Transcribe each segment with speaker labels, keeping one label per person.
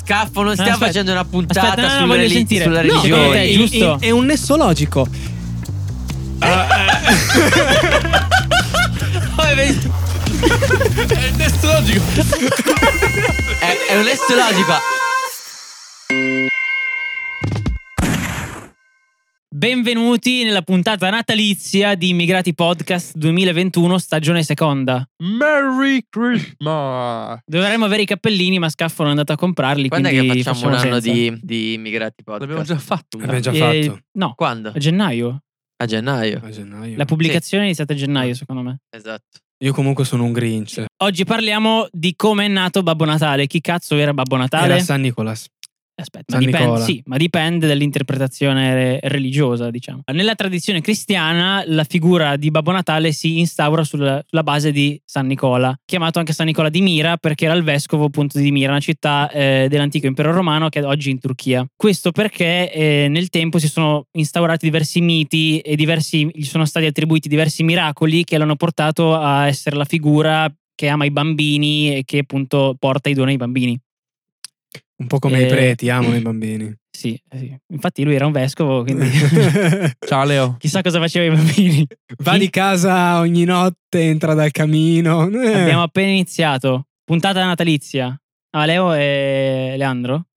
Speaker 1: Scaffo, non stiamo
Speaker 2: Aspetta.
Speaker 1: facendo una puntata
Speaker 2: Aspetta, no, no,
Speaker 1: sulla,
Speaker 2: voglio
Speaker 1: reli-
Speaker 2: sentire.
Speaker 1: sulla
Speaker 2: No,
Speaker 1: religione.
Speaker 2: eh,
Speaker 3: è,
Speaker 2: giusto.
Speaker 3: è- è un nesso logico.
Speaker 4: È il testo logico.
Speaker 1: È, è un esso logico.
Speaker 2: Benvenuti nella puntata natalizia di Immigrati Podcast 2021, stagione seconda.
Speaker 4: Merry Christmas.
Speaker 2: Dovremmo avere i cappellini, ma Scaffo non è andato a comprarli.
Speaker 1: Quando è che
Speaker 2: quindi
Speaker 1: facciamo un
Speaker 2: facciamo
Speaker 1: anno
Speaker 2: senza.
Speaker 1: di, di immigrati podcast?
Speaker 4: L'abbiamo già fatto.
Speaker 3: L'abbiamo già
Speaker 2: Eh,
Speaker 3: fatto
Speaker 2: no,
Speaker 1: Quando?
Speaker 2: a gennaio.
Speaker 1: A gennaio.
Speaker 3: a gennaio.
Speaker 2: La pubblicazione è iniziata a gennaio, secondo me.
Speaker 1: Esatto.
Speaker 3: Io comunque sono un Grinch.
Speaker 2: Oggi parliamo di come è nato Babbo Natale. Chi cazzo era Babbo Natale?
Speaker 3: Era San Nicolas.
Speaker 2: Aspetta, ma
Speaker 3: San
Speaker 2: dipende,
Speaker 3: Nicola.
Speaker 2: sì, ma dipende dall'interpretazione re- religiosa, diciamo. Nella tradizione cristiana la figura di Babbo Natale si instaura sulla, sulla base di San Nicola, chiamato anche San Nicola di Mira perché era il vescovo appunto di Mira, una città eh, dell'antico impero romano che è oggi in Turchia. Questo perché eh, nel tempo si sono instaurati diversi miti e diversi, gli sono stati attribuiti diversi miracoli che l'hanno portato a essere la figura che ama i bambini e che appunto porta i doni ai bambini.
Speaker 3: Un po' come
Speaker 2: Eh.
Speaker 3: i preti, amano i bambini.
Speaker 2: Sì, eh sì. infatti lui era un vescovo, quindi
Speaker 4: Ciao Leo.
Speaker 2: chissà cosa faceva i bambini.
Speaker 3: Va di casa ogni notte, entra dal camino. Eh.
Speaker 2: Abbiamo appena iniziato. Puntata natalizia. Ah, Leo e Leandro?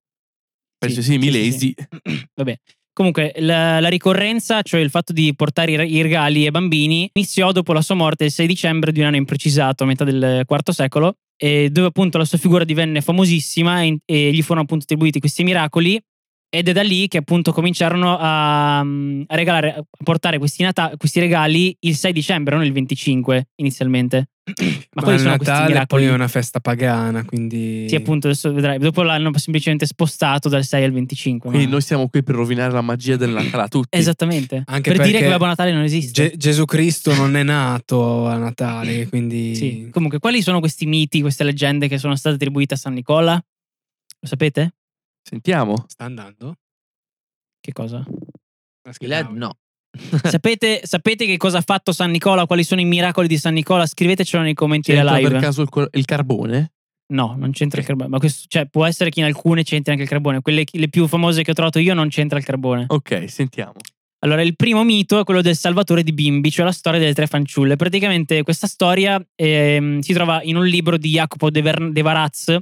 Speaker 4: Penso sì, Milesi.
Speaker 2: Vabbè. Comunque, la, la ricorrenza, cioè il fatto di portare i re- i regali ai bambini, iniziò dopo la sua morte il 6 dicembre di un anno imprecisato, a metà del IV secolo, e dove appunto la sua figura divenne famosissima e, e gli furono appunto attribuiti questi miracoli. Ed è da lì che appunto cominciarono a, mm, a regalare, a portare questi, nata- questi regali il 6 dicembre, non il 25 inizialmente. Ma,
Speaker 3: Ma
Speaker 2: quali
Speaker 3: il
Speaker 2: sono questi
Speaker 3: Eh. Natale
Speaker 2: miracoli?
Speaker 3: poi è una festa pagana, quindi...
Speaker 2: Sì, appunto, adesso vedrai. Dopo l'hanno semplicemente spostato dal 6 al 25.
Speaker 4: Quindi
Speaker 2: ma-
Speaker 4: noi siamo qui per rovinare la magia del Natale a tutti.
Speaker 2: Ah. Esattamente.
Speaker 3: Anche
Speaker 2: per dire
Speaker 3: perché
Speaker 2: che Babbo Natale non esiste.
Speaker 3: Ge- Gesù Cristo non è nato a Natale, quindi...
Speaker 2: Sì. Comunque, quali sono questi miti, queste leggende che sono state attribuite a San Nicola? Lo sapete?
Speaker 4: Sentiamo.
Speaker 3: Sta andando?
Speaker 2: Che cosa?
Speaker 1: Il LED no.
Speaker 2: sapete, sapete che cosa ha fatto San Nicola? Quali sono i miracoli di San Nicola? Scrivetecelo nei commenti della
Speaker 4: C'entra
Speaker 2: live.
Speaker 4: per caso il, cor- il carbone?
Speaker 2: No, non c'entra il carbone. Ma questo, cioè, può essere che in alcune c'entri anche il carbone. Quelle le più famose che ho trovato io non c'entra il carbone.
Speaker 4: Ok, sentiamo.
Speaker 2: Allora, il primo mito è quello del Salvatore di Bimbi, cioè la storia delle tre fanciulle. Praticamente questa storia ehm, si trova in un libro di Jacopo de, Ver- de Varaz,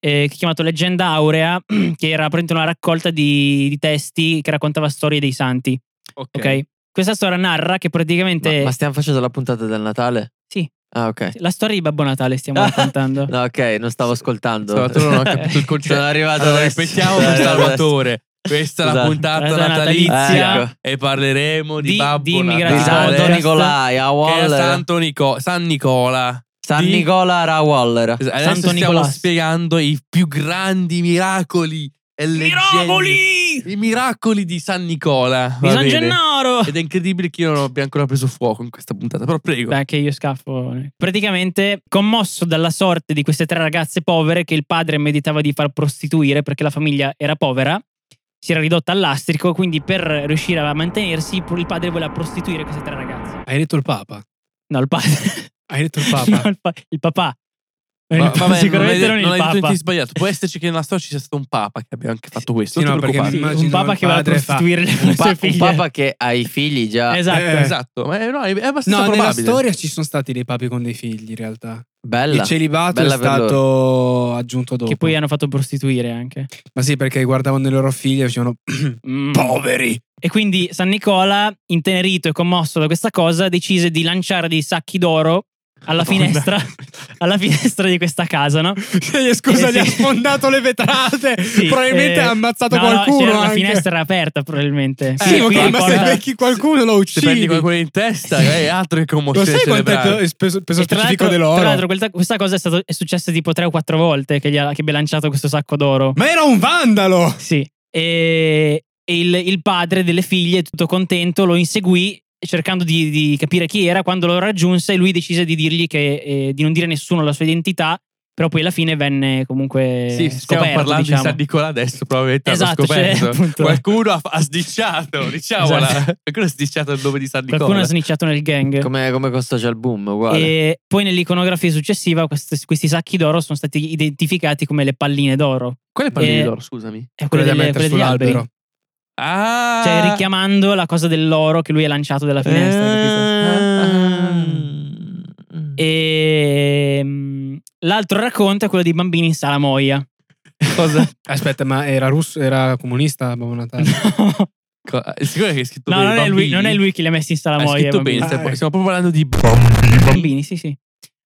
Speaker 2: eh, chiamato Leggenda Aurea, che era praticamente una raccolta di, di testi che raccontava storie dei santi.
Speaker 4: Ok.
Speaker 2: Ok? Questa storia narra che praticamente.
Speaker 1: Ma, ma stiamo facendo la puntata del Natale?
Speaker 2: Sì.
Speaker 1: Ah, ok.
Speaker 2: La storia di Babbo Natale stiamo raccontando.
Speaker 1: No, ok, non stavo ascoltando.
Speaker 4: Salvatore non ho capito il
Speaker 1: Sono
Speaker 4: concetto.
Speaker 1: arrivato
Speaker 4: Allora,
Speaker 1: adesso.
Speaker 4: ripetiamo
Speaker 1: Sono
Speaker 4: per
Speaker 1: arrivato
Speaker 4: Salvatore. Questa è la
Speaker 1: Scusate.
Speaker 4: puntata
Speaker 2: Puntata
Speaker 4: natalizia Ecco.
Speaker 1: natalizia.
Speaker 4: e parleremo di,
Speaker 2: Esatto, Di-
Speaker 4: Babbo
Speaker 2: di immigrati
Speaker 1: adesso. Di
Speaker 4: Natale,
Speaker 1: Santo
Speaker 2: Podcast.
Speaker 1: Nicolai,
Speaker 4: che
Speaker 1: a
Speaker 4: è
Speaker 1: Waller.
Speaker 4: Santo Nico- San Nicola.
Speaker 1: San
Speaker 4: di- Esatto.
Speaker 1: Nicola era a Waller.
Speaker 4: Adesso stiamo
Speaker 2: Nicolà.
Speaker 4: spiegando i più grandi miracoli e leggende.
Speaker 2: Miracoli!
Speaker 4: I miracoli di San Nicola.
Speaker 2: Di
Speaker 4: va
Speaker 2: San
Speaker 4: bene.
Speaker 2: Gennaro!
Speaker 4: Ed è incredibile che io non abbia ancora preso fuoco in questa puntata, però prego.
Speaker 2: Beh, anche io scaffo. eh. Praticamente, commosso dalla sorte di queste tre ragazze povere che il padre meditava di far prostituire perché la famiglia era povera, si era ridotta all'astrico, quindi per riuscire a mantenersi pur- il padre voleva prostituire queste tre ragazze.
Speaker 3: Hai detto il Papa?
Speaker 2: No, il padre.
Speaker 3: Hai detto il Papa?
Speaker 2: No, il, pa- il papà.
Speaker 4: Ma-
Speaker 2: Il pa-
Speaker 4: vabbè,
Speaker 2: sicuramente
Speaker 4: non hai, non
Speaker 2: non,
Speaker 4: hai
Speaker 2: il
Speaker 4: detto
Speaker 2: papà.
Speaker 4: niente sbagliato. Può esserci che nella storia ci sia stato un papa che abbia anche fatto questo.
Speaker 3: Sì,
Speaker 4: non
Speaker 3: no,
Speaker 4: ti
Speaker 3: perché
Speaker 4: preoccupare.
Speaker 2: Sì,
Speaker 3: Immagino
Speaker 2: un papà
Speaker 3: il
Speaker 2: che voleva
Speaker 3: padre fa-
Speaker 2: prostituire le
Speaker 1: Un, pa-
Speaker 2: sue
Speaker 1: un
Speaker 2: figlie.
Speaker 1: papà che ha i figli già.
Speaker 2: Esatto.
Speaker 3: Eh,
Speaker 4: Esatto, ma è, no, è abbastanza
Speaker 3: No, nella
Speaker 4: probabile.
Speaker 3: storia ci sono stati dei papi con dei figli in realtà.
Speaker 1: Bella.
Speaker 3: Il celibato
Speaker 1: Bella
Speaker 3: è
Speaker 1: per
Speaker 3: stato aggiunto dopo.
Speaker 2: Che poi hanno fatto prostituire anche.
Speaker 3: Ma sì, perché guardavano i loro figli e dicevano
Speaker 2: Mm.
Speaker 3: poveri.
Speaker 2: E quindi San Nicola, intenerito e commosso da questa cosa, decise di lanciare dei sacchi d'oro alla
Speaker 4: Madonna.
Speaker 2: finestra, alla finestra di questa casa, no?
Speaker 3: Scusa,
Speaker 2: Eh,
Speaker 3: gli ha
Speaker 2: sì.
Speaker 3: sfondato le vetrate.
Speaker 2: Sì,
Speaker 3: Probabilmente
Speaker 2: eh,
Speaker 3: ha ammazzato
Speaker 2: no, no,
Speaker 3: qualcuno.
Speaker 2: c'era la
Speaker 3: anche.
Speaker 2: finestra era aperta probabilmente.
Speaker 3: Sì,
Speaker 2: Eh,
Speaker 3: ma
Speaker 2: qui
Speaker 3: come- ma se
Speaker 2: riporta-
Speaker 3: becchi qualcuno lo
Speaker 4: Se prendi
Speaker 3: uccidi. Lo
Speaker 4: qualcuno in testa, eh, è altro che commozione Eh,
Speaker 3: sai quanto è
Speaker 4: cerebrale.
Speaker 3: il peso, peso
Speaker 2: E tra
Speaker 3: specifico
Speaker 2: l'altro-
Speaker 3: dell'oro?
Speaker 2: Tra l'altro, questa, questa cosa è, stato- è successa tipo tre o quattro volte che, gli ha- che abbia lanciato questo sacco d'oro.
Speaker 3: Ma era un vandalo!
Speaker 2: Sì. E, e il, il padre delle figlie, tutto contento, lo inseguì cercando di, di capire chi era. Quando lo raggiunse, lui decise di dirgli che, eh, di non dire a nessuno la sua identità Però poi alla fine venne comunque
Speaker 4: Sì, stiamo
Speaker 2: scoperto,
Speaker 4: parlando
Speaker 2: diciamo.
Speaker 4: di San Nicola adesso, probabilmente hanno
Speaker 2: Esatto, cioè,
Speaker 4: scoperto.
Speaker 2: appunto.
Speaker 4: Qualcuno ha, ha sdicciato, diciamola.
Speaker 2: Esatto.
Speaker 4: Qualcuno ha sdicciato il nome di San Nicola.
Speaker 2: Qualcuno ha snicciato nel gang.
Speaker 1: Come, come con Social Boom, uguale.
Speaker 2: E poi nell'iconografia successiva questi, questi sacchi d'oro sono stati identificati come le palline d'oro.
Speaker 4: Quelle palline
Speaker 2: Eh,
Speaker 4: d'oro, scusami.
Speaker 2: È
Speaker 3: Quello
Speaker 2: quelle,
Speaker 3: da
Speaker 2: delle-
Speaker 3: mettere
Speaker 2: quelle degli alberi.
Speaker 3: sull'albero.
Speaker 4: Ah! Eh,
Speaker 2: Cioè richiamando la cosa dell'oro che lui ha lanciato dalla finestra. Eh, capito?
Speaker 1: Eh, Ehm.
Speaker 2: E mm, l'altro racconto è quello dei bambini in sala moia.
Speaker 4: Cosa?
Speaker 3: Aspetta, ma era russo, era comunista Babbo
Speaker 4: Eh.
Speaker 3: Natale?
Speaker 4: Co- è sicuro che è scritto
Speaker 2: no,
Speaker 4: bene,
Speaker 2: non è, lui,
Speaker 4: bambini?
Speaker 2: non è lui che li ha messi in sala
Speaker 4: Ha
Speaker 2: moia. i
Speaker 4: scritto
Speaker 2: bambini.
Speaker 4: bene, stai-
Speaker 3: Ah, eh.
Speaker 4: stiamo proprio parlando di
Speaker 2: bambini, sì, sì.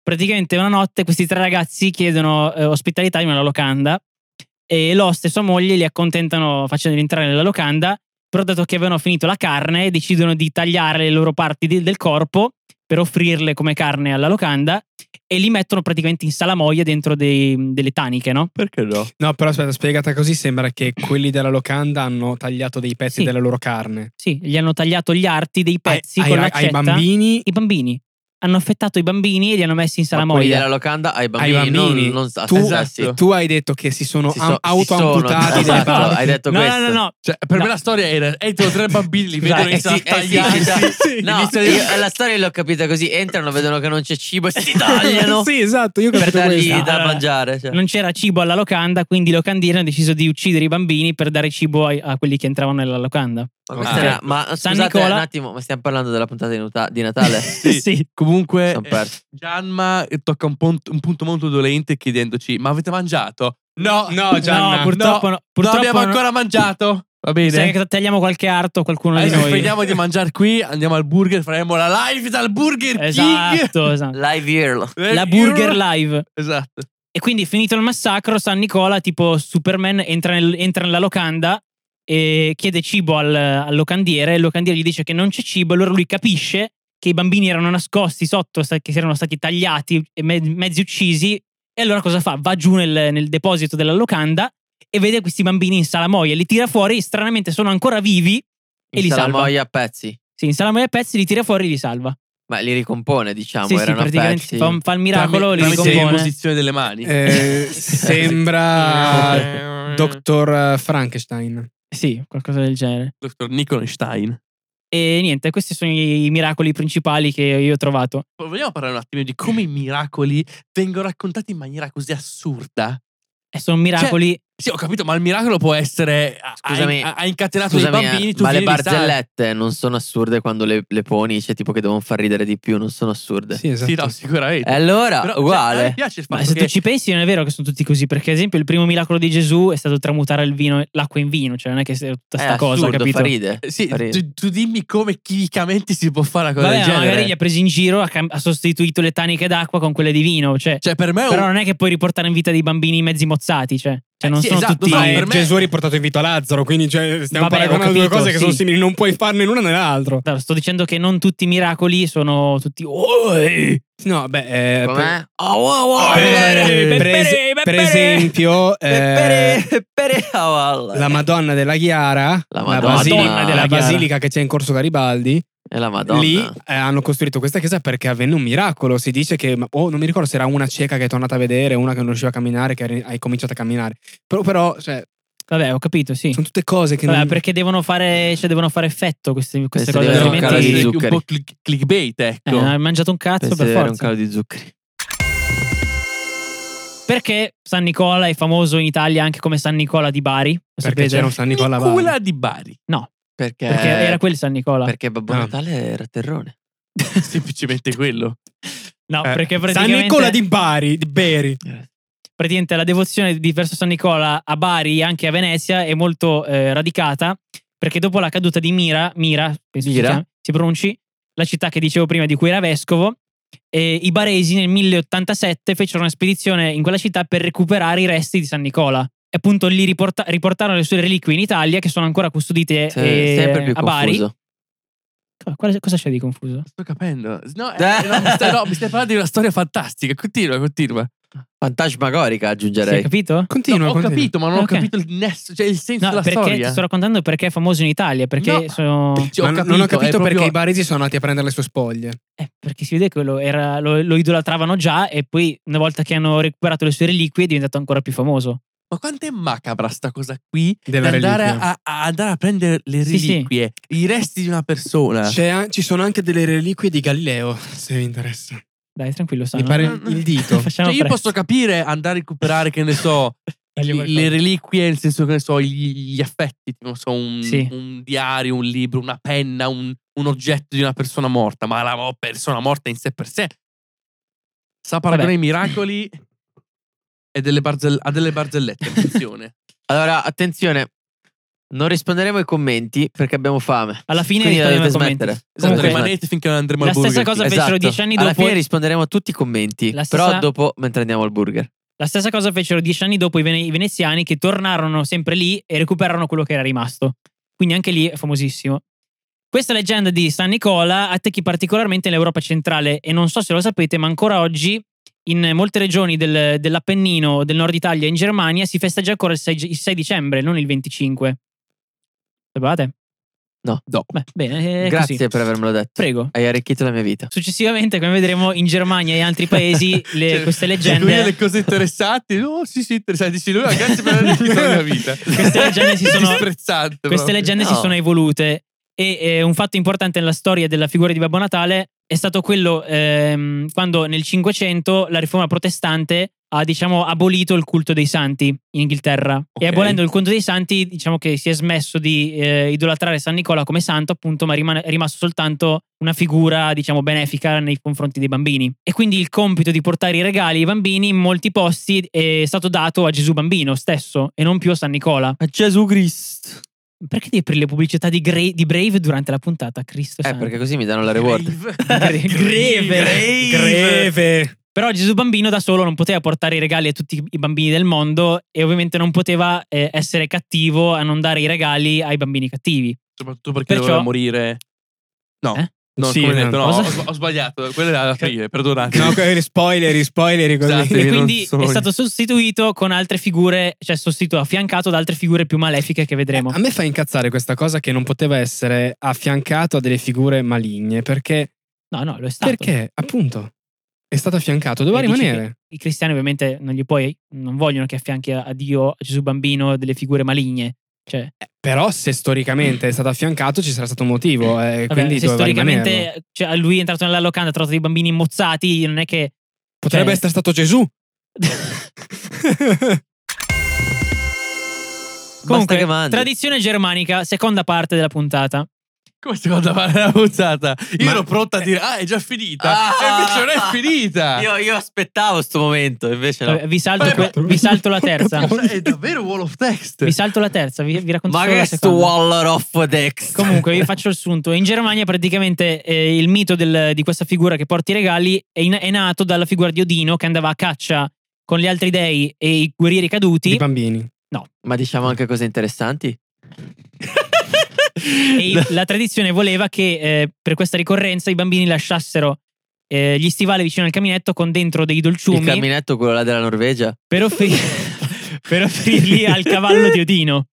Speaker 2: Praticamente una notte questi tre ragazzi chiedono eh, ospitalità in una locanda e l'oste e sua moglie li accontentano facendoli entrare nella locanda, però dato che avevano finito la carne decidono di tagliare le loro parti del- del corpo per offrirle come carne alla locanda e li mettono praticamente in salamoia dentro dei- delle taniche, no?
Speaker 4: Perché no?
Speaker 3: No, però aspetta, spiegata così sembra che quelli della locanda hanno tagliato dei pezzi
Speaker 2: Sì.
Speaker 3: della loro carne.
Speaker 2: Sì, gli hanno tagliato gli arti dei
Speaker 3: Ai-
Speaker 2: pezzi
Speaker 3: ai,
Speaker 2: con
Speaker 3: ai
Speaker 2: l'accetta.
Speaker 3: bambini
Speaker 2: I bambini. Hanno affettato i bambini e li hanno messi in
Speaker 1: Ma quelli
Speaker 2: salamoia.
Speaker 1: della locanda ai bambini,
Speaker 3: bambini.
Speaker 1: non, non sa-
Speaker 3: Tu-
Speaker 1: esatto.
Speaker 3: tu hai detto che si sono
Speaker 1: Si
Speaker 3: am-
Speaker 1: so- si sono,
Speaker 3: autoamputati dai
Speaker 1: esatto,
Speaker 3: parti.
Speaker 1: hai detto
Speaker 2: No, no,
Speaker 1: questo.
Speaker 2: no, no,
Speaker 4: Cioè, per
Speaker 2: No.
Speaker 4: me la storia era: entrano tre bambini, li
Speaker 2: Scusa,
Speaker 4: vedono in
Speaker 1: eh
Speaker 4: sala
Speaker 1: sì, eh sì,
Speaker 4: tagliata.
Speaker 1: sì, sì, No,
Speaker 4: Iniziano-
Speaker 1: io alla storia l'ho capita così: entrano, vedono che non c'è cibo e si tagliano
Speaker 3: sì, esatto, io ho
Speaker 1: per
Speaker 3: capito
Speaker 1: dargli
Speaker 3: questo.
Speaker 1: da
Speaker 2: Eh, Allora,
Speaker 1: mangiare. cioè.
Speaker 2: non c'era cibo alla locanda, quindi i locandieri hanno deciso di uccidere i bambini per dare cibo ai- a, quelli che entravano nella locanda.
Speaker 1: Ma,
Speaker 3: Ok.
Speaker 1: questa era- ma
Speaker 2: San
Speaker 1: scusate
Speaker 2: Nicola-
Speaker 1: un attimo, ma stiamo parlando della puntata di, Nuta- di Natale?
Speaker 4: Sì. Comunque,
Speaker 1: Son perso.
Speaker 4: eh, Gianma tocca un, pont- un punto molto dolente chiedendoci: Ma avete mangiato? No,
Speaker 3: No, Gianna.
Speaker 2: no, purtroppo no. purtroppo
Speaker 4: no abbiamo
Speaker 2: no.
Speaker 4: ancora mangiato. Va
Speaker 2: Se
Speaker 4: bene.
Speaker 2: tagliamo qualche arto a qualcuno di
Speaker 4: Adesso
Speaker 2: noi.
Speaker 4: finiamo di mangiare qui, andiamo al burger, faremo la live dal Burger King.
Speaker 2: Esatto, esatto.
Speaker 1: Live Earl.
Speaker 4: Eh,
Speaker 2: La Burger
Speaker 4: io-
Speaker 2: Live.
Speaker 4: Esatto.
Speaker 2: E quindi finito il massacro, San Nicola, tipo Superman, entra, nel- entra nella locanda e chiede cibo al, al locandiere. Il locandiere gli dice che non c'è cibo, allora lui capisce che i bambini erano nascosti sotto, sta- che si erano stati tagliati e me- mezzi uccisi. E allora cosa fa? Va giù nel, nel deposito della locanda e vede questi bambini in salamoia, li tira fuori, stranamente sono ancora vivi e li
Speaker 1: In
Speaker 2: salva.
Speaker 1: salamoia a pezzi.
Speaker 2: Sì, in salamoia a pezzi li tira fuori e li salva.
Speaker 1: Ma li ricompone, diciamo,
Speaker 2: sì, sì,
Speaker 1: erano a
Speaker 2: praticamente
Speaker 1: pezzi.
Speaker 2: fa, un- fa il miracolo, li
Speaker 4: Tramite
Speaker 3: ricompone.
Speaker 2: ricompone.
Speaker 4: posizione delle mani.
Speaker 3: Eh, sembra
Speaker 4: Eh. Dr.
Speaker 2: Eh.
Speaker 3: Dottor Frankenstein.
Speaker 2: Sì, qualcosa del genere.
Speaker 4: Dr. Nicolenstein.
Speaker 2: E niente, questi sono i i miracoli principali che io ho trovato.
Speaker 4: Vogliamo parlare un attimo di come i miracoli vengono raccontati in maniera così assurda?
Speaker 2: E sono miracoli.
Speaker 4: Sì, ho capito, ma il miracolo può essere. ha-
Speaker 1: Scusami,
Speaker 4: ha, ha incatenato
Speaker 1: Scusami,
Speaker 4: dei bambini,
Speaker 1: eh,
Speaker 4: tu
Speaker 1: ma le
Speaker 4: vieni e li salvi.
Speaker 1: barzellette non sono assurde quando le, le poni, cioè tipo che devono far ridere di più, non sono assurde.
Speaker 3: Sì, esatto.
Speaker 4: Sì, no, sicuramente.
Speaker 1: E allora,
Speaker 4: Però, cioè, a me
Speaker 1: Eh, ah, uguale.
Speaker 4: piace il
Speaker 2: ma
Speaker 4: fatto
Speaker 2: se
Speaker 4: che-
Speaker 2: tu ci pensi, non è vero che sono tutti così. Perché, ad esempio, il primo miracolo di Gesù è stato tramutare il vino, l'acqua in vino. Cioè, non è che sia tutta
Speaker 1: è
Speaker 2: sta cosa,
Speaker 1: Eh, assurdo,
Speaker 2: capito? Eh,
Speaker 1: fa ridere.
Speaker 4: Sì,
Speaker 1: fa ridere.
Speaker 4: tu, tu dimmi come chimicamente si può fare una cosa
Speaker 2: Vabbè,
Speaker 4: del
Speaker 2: ma
Speaker 4: genere.
Speaker 2: magari li ha presi in giro, ha, cam- ha sostituito le taniche d'acqua con quelle di vino. Cioè,
Speaker 4: Cioè, per me è
Speaker 2: però
Speaker 4: un.
Speaker 2: non è che puoi riportare in vita dei bambini mezzi mozzati. Cioè, Cioè,
Speaker 4: Eh,
Speaker 2: non
Speaker 4: sì,
Speaker 2: sono
Speaker 4: esatto,
Speaker 2: tutti.
Speaker 4: no,
Speaker 3: Eh,
Speaker 4: per me-
Speaker 3: Gesù ha riportato in vita Lazzaro, quindi cioè, stiamo
Speaker 2: Vabbè, ho
Speaker 3: paragonando due
Speaker 2: capito,
Speaker 3: cose che sono
Speaker 2: sì.
Speaker 3: simili, non puoi farne l'una né l'altro.
Speaker 2: Allora, Sto dicendo che non tutti i miracoli sono tutti. Oh, eh.
Speaker 3: No, beh, eh,
Speaker 1: Com'è?
Speaker 4: Ah,
Speaker 1: Oh, wow, wow,
Speaker 3: per,
Speaker 2: Eh,
Speaker 3: per es-
Speaker 2: Peppere,
Speaker 3: per
Speaker 2: Peppere.
Speaker 3: esempio, eh,
Speaker 1: Peppere, peppere, oh, allora.
Speaker 3: la Madonna della Chiara,
Speaker 1: La
Speaker 3: la,
Speaker 1: Madonna
Speaker 3: basilica,
Speaker 2: della
Speaker 3: la
Speaker 2: Chiara.
Speaker 3: basilica che c'è in Corso Garibaldi,
Speaker 1: E la Madonna.
Speaker 3: lì eh, hanno costruito questa chiesa perché avvenne un miracolo. Si dice che, ma- oh, non mi ricordo se era una cieca che è tornata a vedere, una che non riusciva a camminare, che ha hai cominciato a camminare. Però, però cioè,
Speaker 2: Vabbè, ho capito, sì.
Speaker 3: sono tutte cose che
Speaker 2: Vabbè,
Speaker 3: non...
Speaker 2: perché devono fare, cioè, devono fare effetto queste, queste
Speaker 1: Queste
Speaker 2: cose.
Speaker 1: devono
Speaker 2: altrimenti-
Speaker 1: calare
Speaker 4: essere
Speaker 1: di
Speaker 4: Cioè, un
Speaker 1: zuccheri.
Speaker 4: po' click- clickbait,
Speaker 2: Eh,
Speaker 4: ecco.
Speaker 2: hai mangiato un cazzo
Speaker 1: Penso
Speaker 2: per
Speaker 1: di avere un
Speaker 2: forza.
Speaker 1: calo di zuccheri.
Speaker 2: Perché San Nicola è famoso in Italia anche come San Nicola di Bari? Lo sapete?
Speaker 3: Perché c'era un Eh. San Nicola a Bari.
Speaker 4: Nicola di Bari,
Speaker 1: Perché,
Speaker 2: Perché era quel San Nicola.
Speaker 1: perché Babbo
Speaker 3: Ah.
Speaker 1: Natale era terrone.
Speaker 4: semplicemente quello.
Speaker 2: no,
Speaker 3: Eh,
Speaker 2: perché
Speaker 3: San
Speaker 2: praticamente,
Speaker 3: Nicola di Bari, di Beri.
Speaker 4: Eh,
Speaker 2: praticamente la devozione di verso San Nicola a Bari e anche a Venezia è molto eh, radicata. Perché dopo la caduta di Mira, Mira, penso
Speaker 1: Mira.
Speaker 2: Si, chiami- si pronunci, la città che dicevo prima di cui era vescovo, eh, i baresi nel 1087 fecero una spedizione in quella città per recuperare i resti di San Nicola. E appunto lì riporta- riportarono le sue reliquie in Italia che sono ancora custodite eh,
Speaker 1: Se- Cioè, sempre più
Speaker 2: a Bari.
Speaker 1: confuso.
Speaker 2: Co- quale- cosa c'è di confuso?
Speaker 4: Sto capendo. No, eh, no, mi stai, no, mi stai parlando di una storia fantastica. Continua, continua.
Speaker 1: Fantasmagorica
Speaker 2: Sì, hai
Speaker 1: aggiungerei.
Speaker 2: capito?
Speaker 3: Continua,
Speaker 4: ho
Speaker 3: continua.
Speaker 4: capito, ma non
Speaker 2: Ok.
Speaker 4: ho capito il nesso, cioè il senso
Speaker 2: No,
Speaker 4: della
Speaker 2: perché ti
Speaker 4: storia.
Speaker 2: sto raccontando perché è famoso in Italia, perché
Speaker 4: No.
Speaker 2: sono-
Speaker 4: Cioè,
Speaker 3: Ma non- non ho
Speaker 4: è
Speaker 3: capito perché
Speaker 4: proprio-
Speaker 3: i baresi sono andati a prendere le sue spoglie.
Speaker 2: eh, perché si vede che lo, era- lo- lo idolatravano già e poi una volta che hanno recuperato le sue reliquie è diventato ancora più famoso.
Speaker 4: Ma quanto è macabra sta cosa qui? Di
Speaker 3: Della
Speaker 4: andare
Speaker 3: reliquia.
Speaker 4: Eh, a, a- andare a prendere le
Speaker 2: Sì, sì.
Speaker 4: reliquie, i resti di una persona.
Speaker 3: C'è an- ci sono anche delle reliquie di Galileo, se vi interessa.
Speaker 2: Dai, tranquillo,
Speaker 3: Mi
Speaker 2: Sano.
Speaker 3: pare
Speaker 4: no, no.
Speaker 3: il dito.
Speaker 4: Cioè,
Speaker 2: Facciamo
Speaker 4: io
Speaker 2: presto.
Speaker 4: posso capire andare a recuperare, che ne so,
Speaker 3: Voglio
Speaker 4: i-
Speaker 3: qualcosa.
Speaker 4: le reliquie, nel senso che ne so, gli, gli affetti, tipo, non so, un,
Speaker 2: Sì.
Speaker 4: un diario, un libro, una penna, un, un oggetto di una persona morta, ma la mo- persona morta in sé per sé sa paragonare i miracoli e delle barzell- a delle barzellette, attenzione.
Speaker 1: Allora, attenzione, non risponderemo ai commenti perché abbiamo fame.
Speaker 2: Alla fine
Speaker 1: Quindi
Speaker 2: rispondiamo ai
Speaker 1: dovete
Speaker 2: commenti.
Speaker 1: smettere.
Speaker 4: Esatto,
Speaker 2: Comunque-
Speaker 4: rimanete finché non andremo
Speaker 2: La
Speaker 4: al burger.
Speaker 2: stessa cosa
Speaker 4: King.
Speaker 2: fecero dieci anni
Speaker 1: Esatto. Alla
Speaker 2: dopo-
Speaker 1: fine risponderemo a tutti i commenti,
Speaker 2: La stessa-
Speaker 1: però dopo mentre andiamo al burger.
Speaker 2: La stessa cosa fecero dieci anni dopo i, vene- i veneziani che tornarono sempre lì e recuperarono quello che era rimasto. Quindi anche lì è famosissimo. Questa leggenda di San Nicola attecchi particolarmente l'Europa centrale e non so se lo sapete, ma ancora oggi in molte regioni del- dell'Appennino, del nord Italia e in Germania si festeggia ancora il 6, ge- il 6 dicembre, non il 25. Sapevate?
Speaker 1: No.
Speaker 2: Beh, bene, è
Speaker 1: Grazie
Speaker 2: così.
Speaker 1: per avermelo detto.
Speaker 2: Prego.
Speaker 1: Hai arricchito la mia vita.
Speaker 2: Successivamente, come vedremo, in Germania e altri paesi le-
Speaker 4: Cioè,
Speaker 2: queste
Speaker 4: E quindi
Speaker 2: leggende...
Speaker 4: le cose interessanti, oh sì sì interessanti, sì, lui, "Ah, grazie per aver deciso la mia vita.
Speaker 2: Queste leggende si sono-
Speaker 4: Disprezzante
Speaker 2: Queste
Speaker 4: proprio.
Speaker 2: leggende si
Speaker 1: No.
Speaker 2: sono evolute e eh, un fatto importante nella storia della figura di Babbo Natale è stato quello ehm, quando nel 500 la riforma protestante ha diciamo abolito il culto dei santi in Inghilterra e
Speaker 4: Ok.
Speaker 2: abolendo il culto dei santi diciamo che si è smesso di eh, idolatrare San Nicola come santo appunto ma rimane- è rimasto soltanto una figura diciamo benefica nei confronti dei bambini e quindi il compito di portare i regali ai bambini in molti posti è stato dato a Gesù bambino stesso e non più a San Nicola
Speaker 1: Gesù Cristo.
Speaker 2: perché devi aprire le pubblicità di, Gra- di Brave durante la puntata? Cristo
Speaker 1: Eh,
Speaker 2: santo.
Speaker 1: perché così mi danno la reward.
Speaker 2: Greve.
Speaker 4: Greve.
Speaker 3: Greve.
Speaker 2: Però Gesù bambino da solo non poteva portare i regali a tutti i bambini del mondo e ovviamente non poteva eh, essere cattivo a non dare i regali ai bambini cattivi.
Speaker 4: Soprattutto perché
Speaker 2: Perciò-
Speaker 4: doveva morire. No.
Speaker 2: Eh?
Speaker 4: No,
Speaker 3: Sì,
Speaker 4: come ho detto, no,
Speaker 2: cosa?
Speaker 4: ho, s- ho sbagliato. Quella era da aprire, perdonate.
Speaker 3: No, que- spoiler, spoiler così.
Speaker 4: Esatto.
Speaker 2: E
Speaker 4: Io non
Speaker 2: quindi
Speaker 4: so-
Speaker 2: è stato sostituito con altre figure, cioè sostituito, affiancato da altre figure più malefiche che vedremo.
Speaker 3: A me fa incazzare questa cosa che non poteva essere affiancato a delle figure maligne perché,
Speaker 2: No, no, lo è stato.
Speaker 3: perché appunto è stato affiancato, doveva
Speaker 2: Esatto. E dici
Speaker 3: rimanere.
Speaker 2: che I cristiani ovviamente non gli puoi, non vogliono che affianchi a a Dio, a Gesù bambino, delle figure maligne. Cioè,
Speaker 3: Però se storicamente è stato affiancato ci sarà stato un motivo eh,
Speaker 2: Vabbè,
Speaker 3: quindi
Speaker 2: se
Speaker 3: doveva rimanerlo.
Speaker 2: storicamente cioè, lui è entrato nella locanda, ha trovato dei bambini mozzati, non è che...
Speaker 3: Potrebbe
Speaker 2: cioè-
Speaker 3: essere stato Gesù.
Speaker 1: Basta
Speaker 2: Comunque,
Speaker 1: che mangi.
Speaker 2: tradizione germanica, seconda parte della puntata.
Speaker 4: Come seconda parte la puntata? Io
Speaker 3: Ma-
Speaker 4: ero pronta a dire, ah, è già finita.
Speaker 1: Ah!
Speaker 4: e invece non è finita.
Speaker 1: Io, io aspettavo sto momento, invece no.
Speaker 2: Vabbè, Vi, salto
Speaker 4: Vabbè,
Speaker 2: que-
Speaker 3: ma-
Speaker 2: vi salto la terza.
Speaker 4: Cioè, È davvero wall of text.
Speaker 2: vi salto la terza, vi, vi racconto
Speaker 1: Ma
Speaker 2: solo la
Speaker 1: che sto
Speaker 2: seconda.
Speaker 1: Waller of Dex.
Speaker 2: Comunque, vi faccio il sunto. In Germania, praticamente, eh, il mito del- di questa figura che porta i regali è, in- è nato dalla figura di Odino che andava a caccia con gli altri dei e i guerrieri
Speaker 3: I
Speaker 2: caduti.
Speaker 3: bambini.
Speaker 1: Ma diciamo anche cose interessanti.
Speaker 2: e il- la tradizione voleva che eh, per questa ricorrenza i bambini lasciassero eh, gli stivali vicino al caminetto con dentro dei
Speaker 1: Il
Speaker 2: dolciumi
Speaker 1: camminetto, quello là della Norvegia.
Speaker 2: per, offri- per
Speaker 3: Eh,
Speaker 2: offrirli al cavallo di Odino,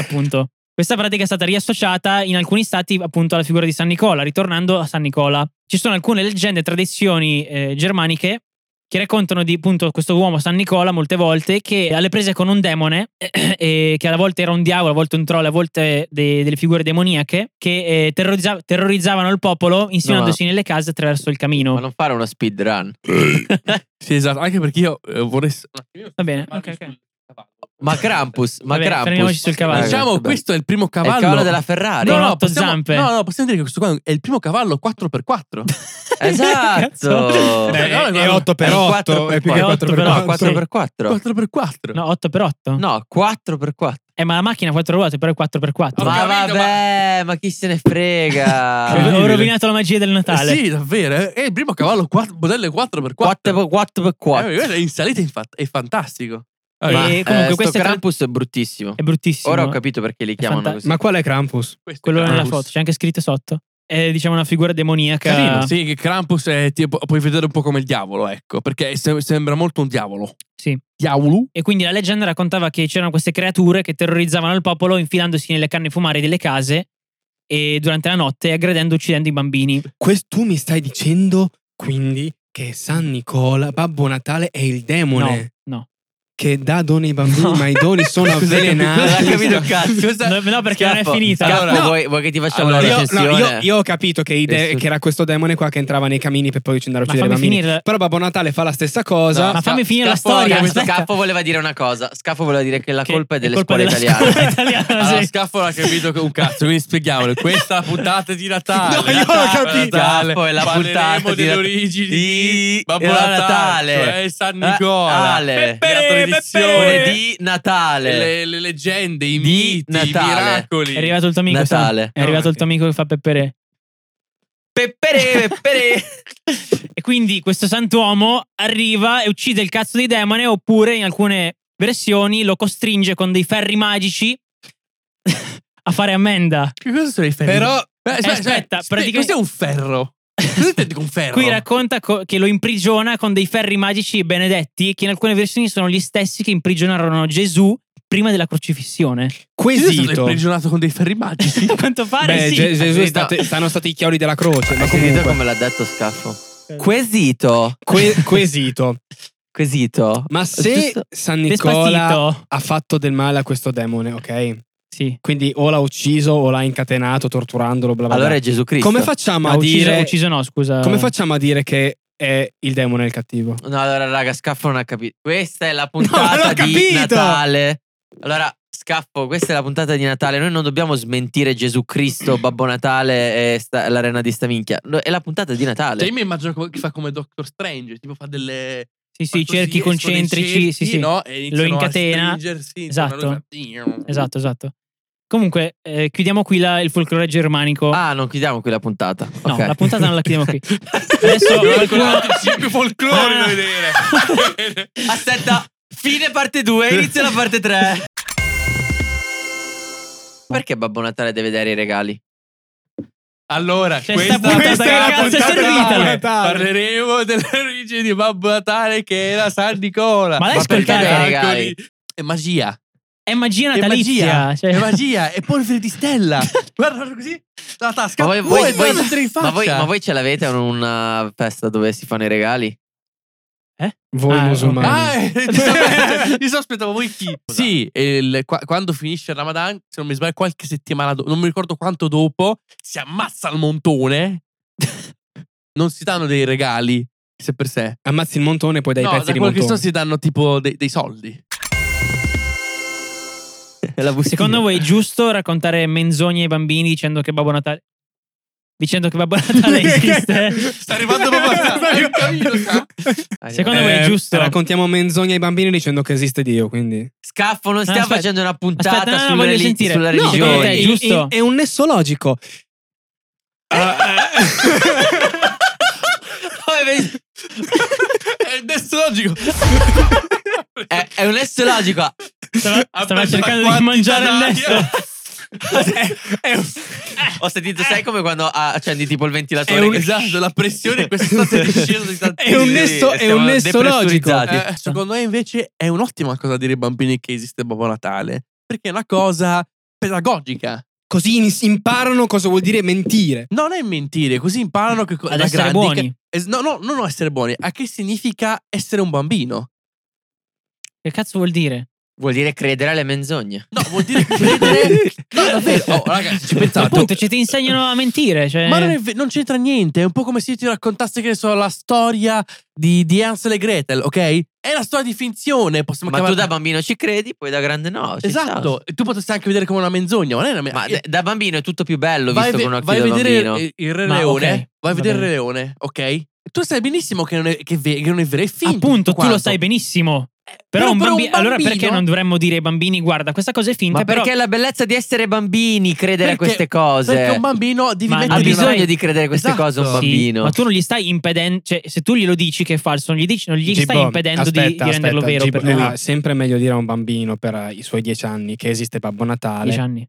Speaker 2: appunto. Questa pratica è stata riassociata in alcuni stati appunto alla figura di San Nicola, ritornando a San Nicola. Ci sono alcune leggende e tradizioni eh, germaniche che raccontano di appunto questo uomo San Nicola molte volte che alle prese con un demone eh, che alla volte era un diavolo, a volte un troll, a volte de- delle figure demoniache che eh, terrorizza- terrorizzavano il popolo insinuandosi nelle case attraverso il
Speaker 1: Ma
Speaker 2: camino.
Speaker 1: non fare una speedrun.
Speaker 4: Sì, esatto. Anche perché io eh, vorrei...
Speaker 2: Va bene, ok, ok.
Speaker 1: Ma Krampus, ma
Speaker 2: Vabbè,
Speaker 1: Krampus.
Speaker 2: fermiamoci sul cavallo.
Speaker 1: Raga,
Speaker 4: Diciamo,
Speaker 1: vabbè.
Speaker 4: questo è il primo
Speaker 1: È
Speaker 4: cavallo.
Speaker 1: il cavallo della Ferrari.
Speaker 4: No,
Speaker 2: Con
Speaker 4: no,
Speaker 2: otto
Speaker 4: possiamo,
Speaker 2: zampe.
Speaker 4: no, no, possiamo dire che questo qua è il primo cavallo 4x4.
Speaker 1: Esatto.
Speaker 4: Beh,
Speaker 3: è,
Speaker 4: guarda.
Speaker 3: 8
Speaker 1: È
Speaker 3: per
Speaker 1: un
Speaker 3: 8
Speaker 1: 4
Speaker 3: è più
Speaker 1: per
Speaker 3: che
Speaker 2: 4
Speaker 3: 4 per
Speaker 2: per
Speaker 3: 4
Speaker 2: 4,
Speaker 1: 4x4.
Speaker 4: 4x4.
Speaker 2: No, 8x8.
Speaker 1: No, 4x4.
Speaker 2: Eh, ma la macchina ha 4 ruote, però è 4x4.
Speaker 4: Ho
Speaker 1: Ma
Speaker 4: capito,
Speaker 1: vabbè, ma chi se ne frega?
Speaker 2: Ho
Speaker 4: incredibile.
Speaker 2: rovinato la magia del Natale.
Speaker 4: Sì, davvero. eh. È il primo cavallo quattro- modello 4x4.
Speaker 1: 4x4.
Speaker 4: Eh, è in salita è infa- è fantastico.
Speaker 2: Eh,
Speaker 1: Ma
Speaker 2: comunque
Speaker 1: eh, sto
Speaker 2: questo è tra-
Speaker 1: Krampus è bruttissimo.
Speaker 2: È bruttissimo.
Speaker 1: Ora ho capito perché li chiamano
Speaker 2: fanta-
Speaker 1: così.
Speaker 3: Ma qual è Krampus?
Speaker 4: Questo è
Speaker 2: Quello nella
Speaker 4: Krampus.
Speaker 2: foto, c'è anche scritto sotto. è diciamo una figura demoniaca.
Speaker 4: Carino, sì, che Krampus è tipo, puoi vedere un po' come il diavolo, ecco, perché se- sembra molto un diavolo.
Speaker 2: Sì.
Speaker 4: Diavolo?
Speaker 2: E quindi la leggenda raccontava che c'erano queste creature che terrorizzavano il popolo infilandosi nelle canne fumarie delle case e durante la notte aggredendo e uccidendo i bambini.
Speaker 3: Questo tu mi stai dicendo quindi che San Nicola, Babbo Natale, è il demone
Speaker 2: No, no.
Speaker 3: che dà doni ai bambini,
Speaker 1: No.
Speaker 3: ma i doni sono
Speaker 4: Cos'è che-
Speaker 3: avvelenati.
Speaker 4: cos'è che mi do-
Speaker 1: capito cazzo?
Speaker 2: No, no, perché non è
Speaker 1: Scappo,
Speaker 2: finita.
Speaker 1: scappo,
Speaker 3: No.
Speaker 1: vuoi, vuoi che ti facciamo
Speaker 4: Allora,
Speaker 1: la
Speaker 3: Io, no,
Speaker 1: recensione?
Speaker 3: io- io ho capito che, i de-
Speaker 1: Adesso-
Speaker 3: che era questo demone qua che entrava nei camini per poi andare a
Speaker 2: Ma
Speaker 3: uccidere i
Speaker 2: fammi
Speaker 3: bambini.
Speaker 2: finire.
Speaker 3: Però Babbo Natale fa la stessa cosa.
Speaker 1: No,
Speaker 2: ma fammi
Speaker 1: Sca-
Speaker 2: finire la
Speaker 1: Scappo-
Speaker 2: storia,
Speaker 1: Scappo-
Speaker 2: aspetta.
Speaker 1: Scappo voleva dire una cosa. Scappo voleva dire che la
Speaker 2: Che
Speaker 1: colpa è delle
Speaker 2: colpa
Speaker 1: scuole
Speaker 2: della
Speaker 1: italiane.
Speaker 2: scuola
Speaker 1: Eh,
Speaker 2: italiana,
Speaker 4: Allora,
Speaker 2: sì.
Speaker 4: Scaffo l'ha capito che un cazzo, quindi spieghiamolo. Questa è la puntata di Natale.
Speaker 3: No, io l'ho
Speaker 4: Natale,
Speaker 3: capito.
Speaker 4: Natale.
Speaker 1: Scappo è la
Speaker 4: Parleremo
Speaker 1: puntata di
Speaker 4: delle
Speaker 1: Nat-
Speaker 4: origini
Speaker 1: di-
Speaker 4: di Babbo
Speaker 1: era
Speaker 4: Natale,
Speaker 1: Natale. Eh,
Speaker 4: cioè San Nicola.
Speaker 1: Ah, Ale.
Speaker 4: La tradizione
Speaker 1: Come di Natale.
Speaker 4: le, le leggende, i
Speaker 1: Di
Speaker 4: miti, i
Speaker 1: Natale.
Speaker 4: miracoli.
Speaker 2: È arrivato il tuo amico. Sam.
Speaker 1: Natale.
Speaker 2: È arrivato il tuo amico che fa pepperè.
Speaker 1: Peppere, peppere.
Speaker 2: E quindi questo santuomo arriva e uccide il cazzo di demone, oppure in alcune versioni lo costringe con dei ferri magici a fare ammenda.
Speaker 4: Che cosa sono i ferri?
Speaker 3: Però
Speaker 4: Eh, aspetta,
Speaker 2: aspetta,
Speaker 4: aspetta,
Speaker 2: praticamente-
Speaker 4: cos'è un ferro? Cosa intendi con ferro?
Speaker 2: Qui racconta co- che lo imprigiona con dei ferri magici benedetti, che in alcune versioni sono gli stessi che imprigionarono Gesù prima della crocifissione.
Speaker 4: Gesù è stato
Speaker 3: quesito.
Speaker 4: imprigionato con dei ferri magici.
Speaker 2: A quanto pare
Speaker 3: Beh,
Speaker 2: sì.
Speaker 3: Ge- Gesù è
Speaker 1: No.
Speaker 3: state- stanno stati i chiavi della croce. Ma
Speaker 1: Hai sentito
Speaker 3: comunque,
Speaker 1: come l'ha detto Scaffo? Quesito.
Speaker 3: que- quesito.
Speaker 1: Quesito.
Speaker 3: Ma se
Speaker 1: Giusto-
Speaker 3: San Nicola
Speaker 2: Despacito.
Speaker 3: ha fatto del male a questo demone, ok?
Speaker 2: Sì.
Speaker 3: Quindi o l'ha ucciso o l'ha incatenato torturandolo, bla bla bla.
Speaker 1: Allora è Gesù Cristo.
Speaker 3: come facciamo
Speaker 2: ha
Speaker 3: a
Speaker 2: ucciso,
Speaker 3: dire
Speaker 2: ucciso no, scusa.
Speaker 3: Come facciamo a dire che è il demone il cattivo?
Speaker 1: No, allora, raga, Scaffo non ha capito. Questa è la
Speaker 3: No, l'ho
Speaker 1: puntata di
Speaker 3: capito!
Speaker 1: Natale. Allora, Scaffo, questa è la puntata di Natale. Noi non dobbiamo smentire Gesù Cristo, Babbo Natale e sta- l'arena di sta minchia. No, È la puntata di Natale.
Speaker 4: Cioè, io mi immagino come- che fa come Doctor Strange, tipo fa delle.
Speaker 2: Sì, sì,
Speaker 4: fa
Speaker 2: i
Speaker 4: così,
Speaker 2: cerchi
Speaker 4: escono dei
Speaker 2: concentrici, sì,
Speaker 4: cerchi,
Speaker 2: sì.
Speaker 4: no? E iniziano
Speaker 2: Lo
Speaker 4: a
Speaker 2: incatena.
Speaker 4: stringersi intorno a lui, fa-
Speaker 2: Esatto, esatto. Comunque, eh, chiudiamo qui la- il folklore germanico.
Speaker 1: Ah, non chiudiamo qui la puntata.
Speaker 2: No,
Speaker 1: Ok.
Speaker 2: la puntata non la chiudiamo qui. Adesso
Speaker 4: Abbiamo
Speaker 2: qualcuno-
Speaker 4: ancora altri cinque folklore da vedere.
Speaker 1: Aspetta, fine parte 2, inizia la parte 3. Perché Babbo Natale deve dare i regali?
Speaker 4: Allora,
Speaker 2: Cioè,
Speaker 4: questa,
Speaker 2: sta puntata
Speaker 4: questa
Speaker 2: che
Speaker 4: è la
Speaker 2: cazzo è
Speaker 4: puntata
Speaker 2: servita?
Speaker 4: di Natale.
Speaker 3: Natale.
Speaker 4: Parleremo dell'origine di Babbo Natale che era San Nicola.
Speaker 2: Ma l'hai
Speaker 4: perché
Speaker 2: ascoltato?
Speaker 4: dai
Speaker 1: Raga,
Speaker 4: angoli- È magia.
Speaker 2: È magia
Speaker 4: È
Speaker 2: natalizia.
Speaker 4: magia.
Speaker 2: cioè-
Speaker 4: È magia. È polvere di stella. Guarda guarda così. La tasca.
Speaker 1: Ma voi-
Speaker 4: Uh,
Speaker 1: voi-
Speaker 4: è
Speaker 1: voi-
Speaker 4: tornato in
Speaker 1: Ma voi,
Speaker 4: faccia.
Speaker 1: ma voi ce l'avete una festa dove si fanno i regali?
Speaker 3: Voi
Speaker 2: Ah,
Speaker 3: musulmani.
Speaker 4: Ah, eh, giustamente. io sospettavo voi chi. Sì, e il- qua- quando finisce il Ramadan, se non mi sbaglio, qualche settimana dopo, non mi ricordo quanto dopo, si ammazza il montone. non si danno dei regali se per sé.
Speaker 3: Ammazzi il montone e poi dai
Speaker 4: no,
Speaker 3: pezzi
Speaker 4: da
Speaker 3: di
Speaker 4: quello che so
Speaker 3: montone.
Speaker 4: si danno tipo dei, dei soldi.
Speaker 1: La bustina.
Speaker 2: Secondo voi è giusto raccontare menzogne ai bambini dicendo che Babbo Natale. dicendo che Babbo Natale esiste?
Speaker 4: Sta arrivando Babbo Natale, è in cammino, sta.
Speaker 1: Ah,
Speaker 2: secondo
Speaker 1: vabbè.
Speaker 2: voi è giusto?
Speaker 3: Eh, Raccontiamo menzogne ai bambini dicendo che esiste Dio, quindi.
Speaker 1: Scaffo, non stiamo
Speaker 2: aspetta.
Speaker 1: facendo una puntata
Speaker 2: Aspetta, no, no,
Speaker 1: sulla,
Speaker 2: voglio
Speaker 1: reli-
Speaker 2: sentire.
Speaker 1: sulla
Speaker 2: No, secondo te è
Speaker 1: religione.
Speaker 2: giusto?
Speaker 3: in- È un nesso logico.
Speaker 1: Come vedi-
Speaker 4: È il desto logico.
Speaker 1: è, è un esso logico.
Speaker 2: Eh, Stava,
Speaker 4: Ha
Speaker 2: stava
Speaker 4: perso
Speaker 2: cercando
Speaker 4: la
Speaker 2: di mangiare il
Speaker 4: quantità
Speaker 2: nesto.
Speaker 1: Ho sentito, sai come quando ah, accendi tipo il ventilatore? che-
Speaker 4: esatto, la pressione in questa è discesa di tantissimo.
Speaker 3: È un nesso- è
Speaker 1: Siamo
Speaker 3: un nesso logico.
Speaker 1: depressurizzati.
Speaker 4: Eh, secondo me invece è un'ottima cosa dire ai bambini che esiste Babbo Natale, perché è una cosa pedagogica.
Speaker 3: Così in- imparano cosa vuol dire mentire.
Speaker 4: Non è mentire, così imparano che co-
Speaker 2: Ad
Speaker 4: da
Speaker 2: essere
Speaker 4: grandi
Speaker 2: buoni.
Speaker 4: che- es- no, no, non essere buoni, a che significa essere un bambino.
Speaker 2: Che cazzo vuol dire?
Speaker 1: Vuol dire credere alle menzogne.
Speaker 4: No, vuol dire credere. no, davvero. Oh, ragazzi, ci pensate.
Speaker 2: Appunto, cioè, ti insegnano a mentire. Cioè...
Speaker 4: Ma non, è ve- non c'entra niente, è un po' come se io ti raccontassi che ne so, la storia di, di Hansel e Gretel, ok? È una storia di finzione, possiamo
Speaker 1: Ma tu
Speaker 4: chiamarla-
Speaker 1: da bambino ci credi, poi da grande no. ci
Speaker 4: Esatto, e tu potresti anche vedere come una menzogna, ma non è una eh,
Speaker 1: sta.
Speaker 4: menzogna.
Speaker 1: Ma d- da bambino è tutto più bello
Speaker 4: vai,
Speaker 1: visto
Speaker 4: ve-
Speaker 1: con occhi
Speaker 4: vai a
Speaker 1: da
Speaker 4: vedere eh,
Speaker 1: bambino.
Speaker 4: il- il Re
Speaker 2: Ma,
Speaker 4: Leone,
Speaker 2: ok,
Speaker 4: vai a
Speaker 2: va
Speaker 4: vedere il
Speaker 2: bene.
Speaker 4: Re Leone, ok? Tu sai benissimo che non è, che ve- che non è vero, è finto.
Speaker 2: Appunto, tu lo
Speaker 4: Quanto?
Speaker 2: sai benissimo.
Speaker 4: Eh,
Speaker 2: Però, un,
Speaker 4: per
Speaker 2: bambi- allora perché non dovremmo dire ai bambini guarda questa cosa è finta
Speaker 1: Ma
Speaker 2: però
Speaker 1: perché è la bellezza di essere bambini, credere
Speaker 4: Perché-
Speaker 1: a queste cose.
Speaker 4: Perché un bambino devi
Speaker 2: Ma
Speaker 1: ha
Speaker 4: mettergli una-
Speaker 1: bisogno di credere a queste
Speaker 4: Esatto.
Speaker 1: cose un
Speaker 4: Sì,
Speaker 1: bambino.
Speaker 2: ma tu non gli stai impedendo cioè se tu glielo dici che è falso non gli, dici, non gli stai
Speaker 3: Gibbo,
Speaker 2: impedendo di- di,
Speaker 3: aspetta,
Speaker 2: renderlo
Speaker 3: aspetta,
Speaker 2: vero
Speaker 3: Gibbo,
Speaker 2: per lui
Speaker 3: no, è sempre meglio dire a un bambino per eh, i suoi dieci anni che esiste Babbo Natale
Speaker 2: Dieci anni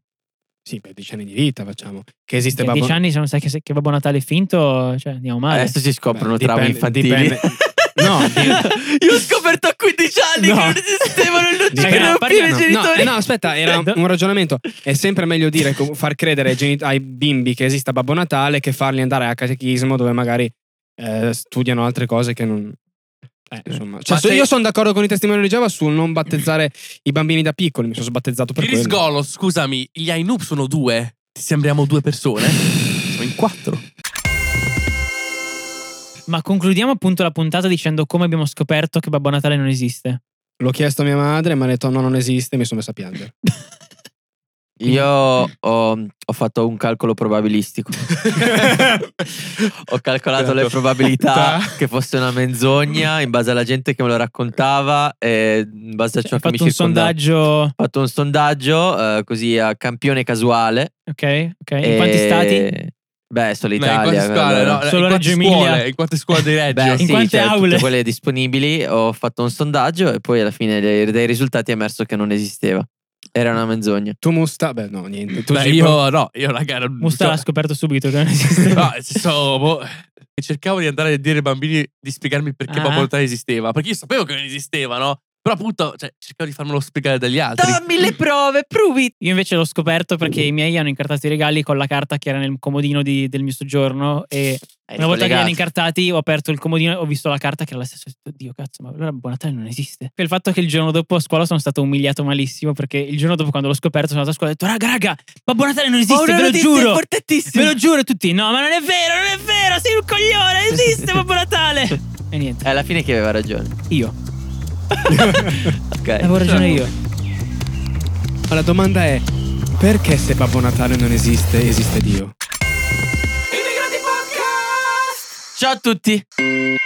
Speaker 3: Sì, per dieci anni di vita facciamo. Che esiste
Speaker 2: Cioè,
Speaker 3: Babbo
Speaker 2: dieci anni se non sai che, se- che Babbo Natale è finto, cioè andiamo male.
Speaker 1: Adesso si scoprono
Speaker 3: Beh,
Speaker 1: traumi
Speaker 3: dipende-
Speaker 1: infantili.
Speaker 3: dipende- No,
Speaker 1: io ho scoperto a 15 anni
Speaker 3: No.
Speaker 1: che non esistevano e non
Speaker 3: Dipende-
Speaker 1: c'erano più i
Speaker 2: parliamo-
Speaker 3: No,
Speaker 1: genitori.
Speaker 3: eh, no, aspetta, era un- un ragionamento. È sempre meglio dire co- far credere ai, geni- ai bimbi che esista Babbo Natale che farli andare a catechismo dove magari eh, studiano altre cose che non. eh, insomma. Cioè,
Speaker 4: Ma
Speaker 3: so-
Speaker 4: se-
Speaker 3: Io sono d'accordo con i testimoni di Geova sul non battezzare i bambini da piccoli. Mi sono sbattezzato per
Speaker 4: Chris
Speaker 3: quello.
Speaker 4: Golos, scusami, gli Ainup sono due. Ti sembriamo due persone? Siamo in quattro.
Speaker 2: Ma concludiamo appunto la puntata dicendo come abbiamo scoperto che Babbo Natale non esiste.
Speaker 3: L'ho chiesto a mia madre, mi ha detto no, non esiste. Mi sono messo a piangere.
Speaker 1: Io ho, ho fatto un calcolo probabilistico. ho calcolato le
Speaker 3: Certo.
Speaker 1: probabilità
Speaker 3: Ta.
Speaker 1: che fosse una menzogna in base alla gente che me lo raccontava e in base a ciò
Speaker 2: Cioè, ho
Speaker 1: che mi
Speaker 2: fatto un
Speaker 1: circondava.
Speaker 2: sondaggio,
Speaker 1: Ho fatto un sondaggio eh, così a campione casuale.
Speaker 2: ok? ok. In
Speaker 1: e-
Speaker 2: quanti stati?
Speaker 1: Beh, solo
Speaker 4: No, in quante
Speaker 1: Italia.
Speaker 4: scuole,
Speaker 1: allora.
Speaker 4: no, in
Speaker 2: Solo
Speaker 4: quante
Speaker 2: Reggio
Speaker 4: scuole,
Speaker 2: Emilia.
Speaker 4: in quante scuole di Reggio.
Speaker 1: Beh,
Speaker 2: In
Speaker 1: sì,
Speaker 2: quante
Speaker 1: cioè, tutte
Speaker 2: aule?
Speaker 1: quelle disponibili ho fatto un sondaggio e poi alla fine dei, dai risultati è emerso che non esisteva. Era una menzogna.
Speaker 3: Tu musta? Beh, no, niente. Tu
Speaker 4: Beh,
Speaker 3: Gippo?
Speaker 4: io no, io raga, non-
Speaker 2: Musta l'ha
Speaker 4: cioè,
Speaker 2: scoperto subito che non esiste.
Speaker 4: no, nel senso, boh, cercavo di andare a dire ai bambini di spiegarmi perché
Speaker 2: Ah.
Speaker 4: Babbo Natale esisteva, perché io sapevo che non esisteva, no? Però appunto, cioè, cercavo di farmelo spiegare dagli altri.
Speaker 1: Dammi le prove, provi.
Speaker 2: Io invece l'ho scoperto perché i miei hanno incartato i regali con la carta che era nel comodino di- del mio soggiorno e
Speaker 1: Eh,
Speaker 2: una volta che li hanno incartati ho aperto il comodino e ho visto la carta che era la stessa. Ho detto, Dio cazzo, ma allora Babbo Natale non esiste. E il fatto che il giorno dopo a scuola sono stato umiliato malissimo perché il giorno dopo quando l'ho scoperto sono andato a scuola e ho detto raga raga, Babbo Natale non esiste, ve lo giuro. Ve lo giuro tutti, no ma non è vero, non è vero, sei un coglione, esiste Babbo Natale. e niente,
Speaker 1: Eh, Alla fine chi aveva ragione?
Speaker 2: io,
Speaker 1: Ok.
Speaker 2: avevo ragione io.
Speaker 3: Ma la domanda è: perché se Babbo Natale non esiste, esiste Dio?
Speaker 1: Ciao a tutti.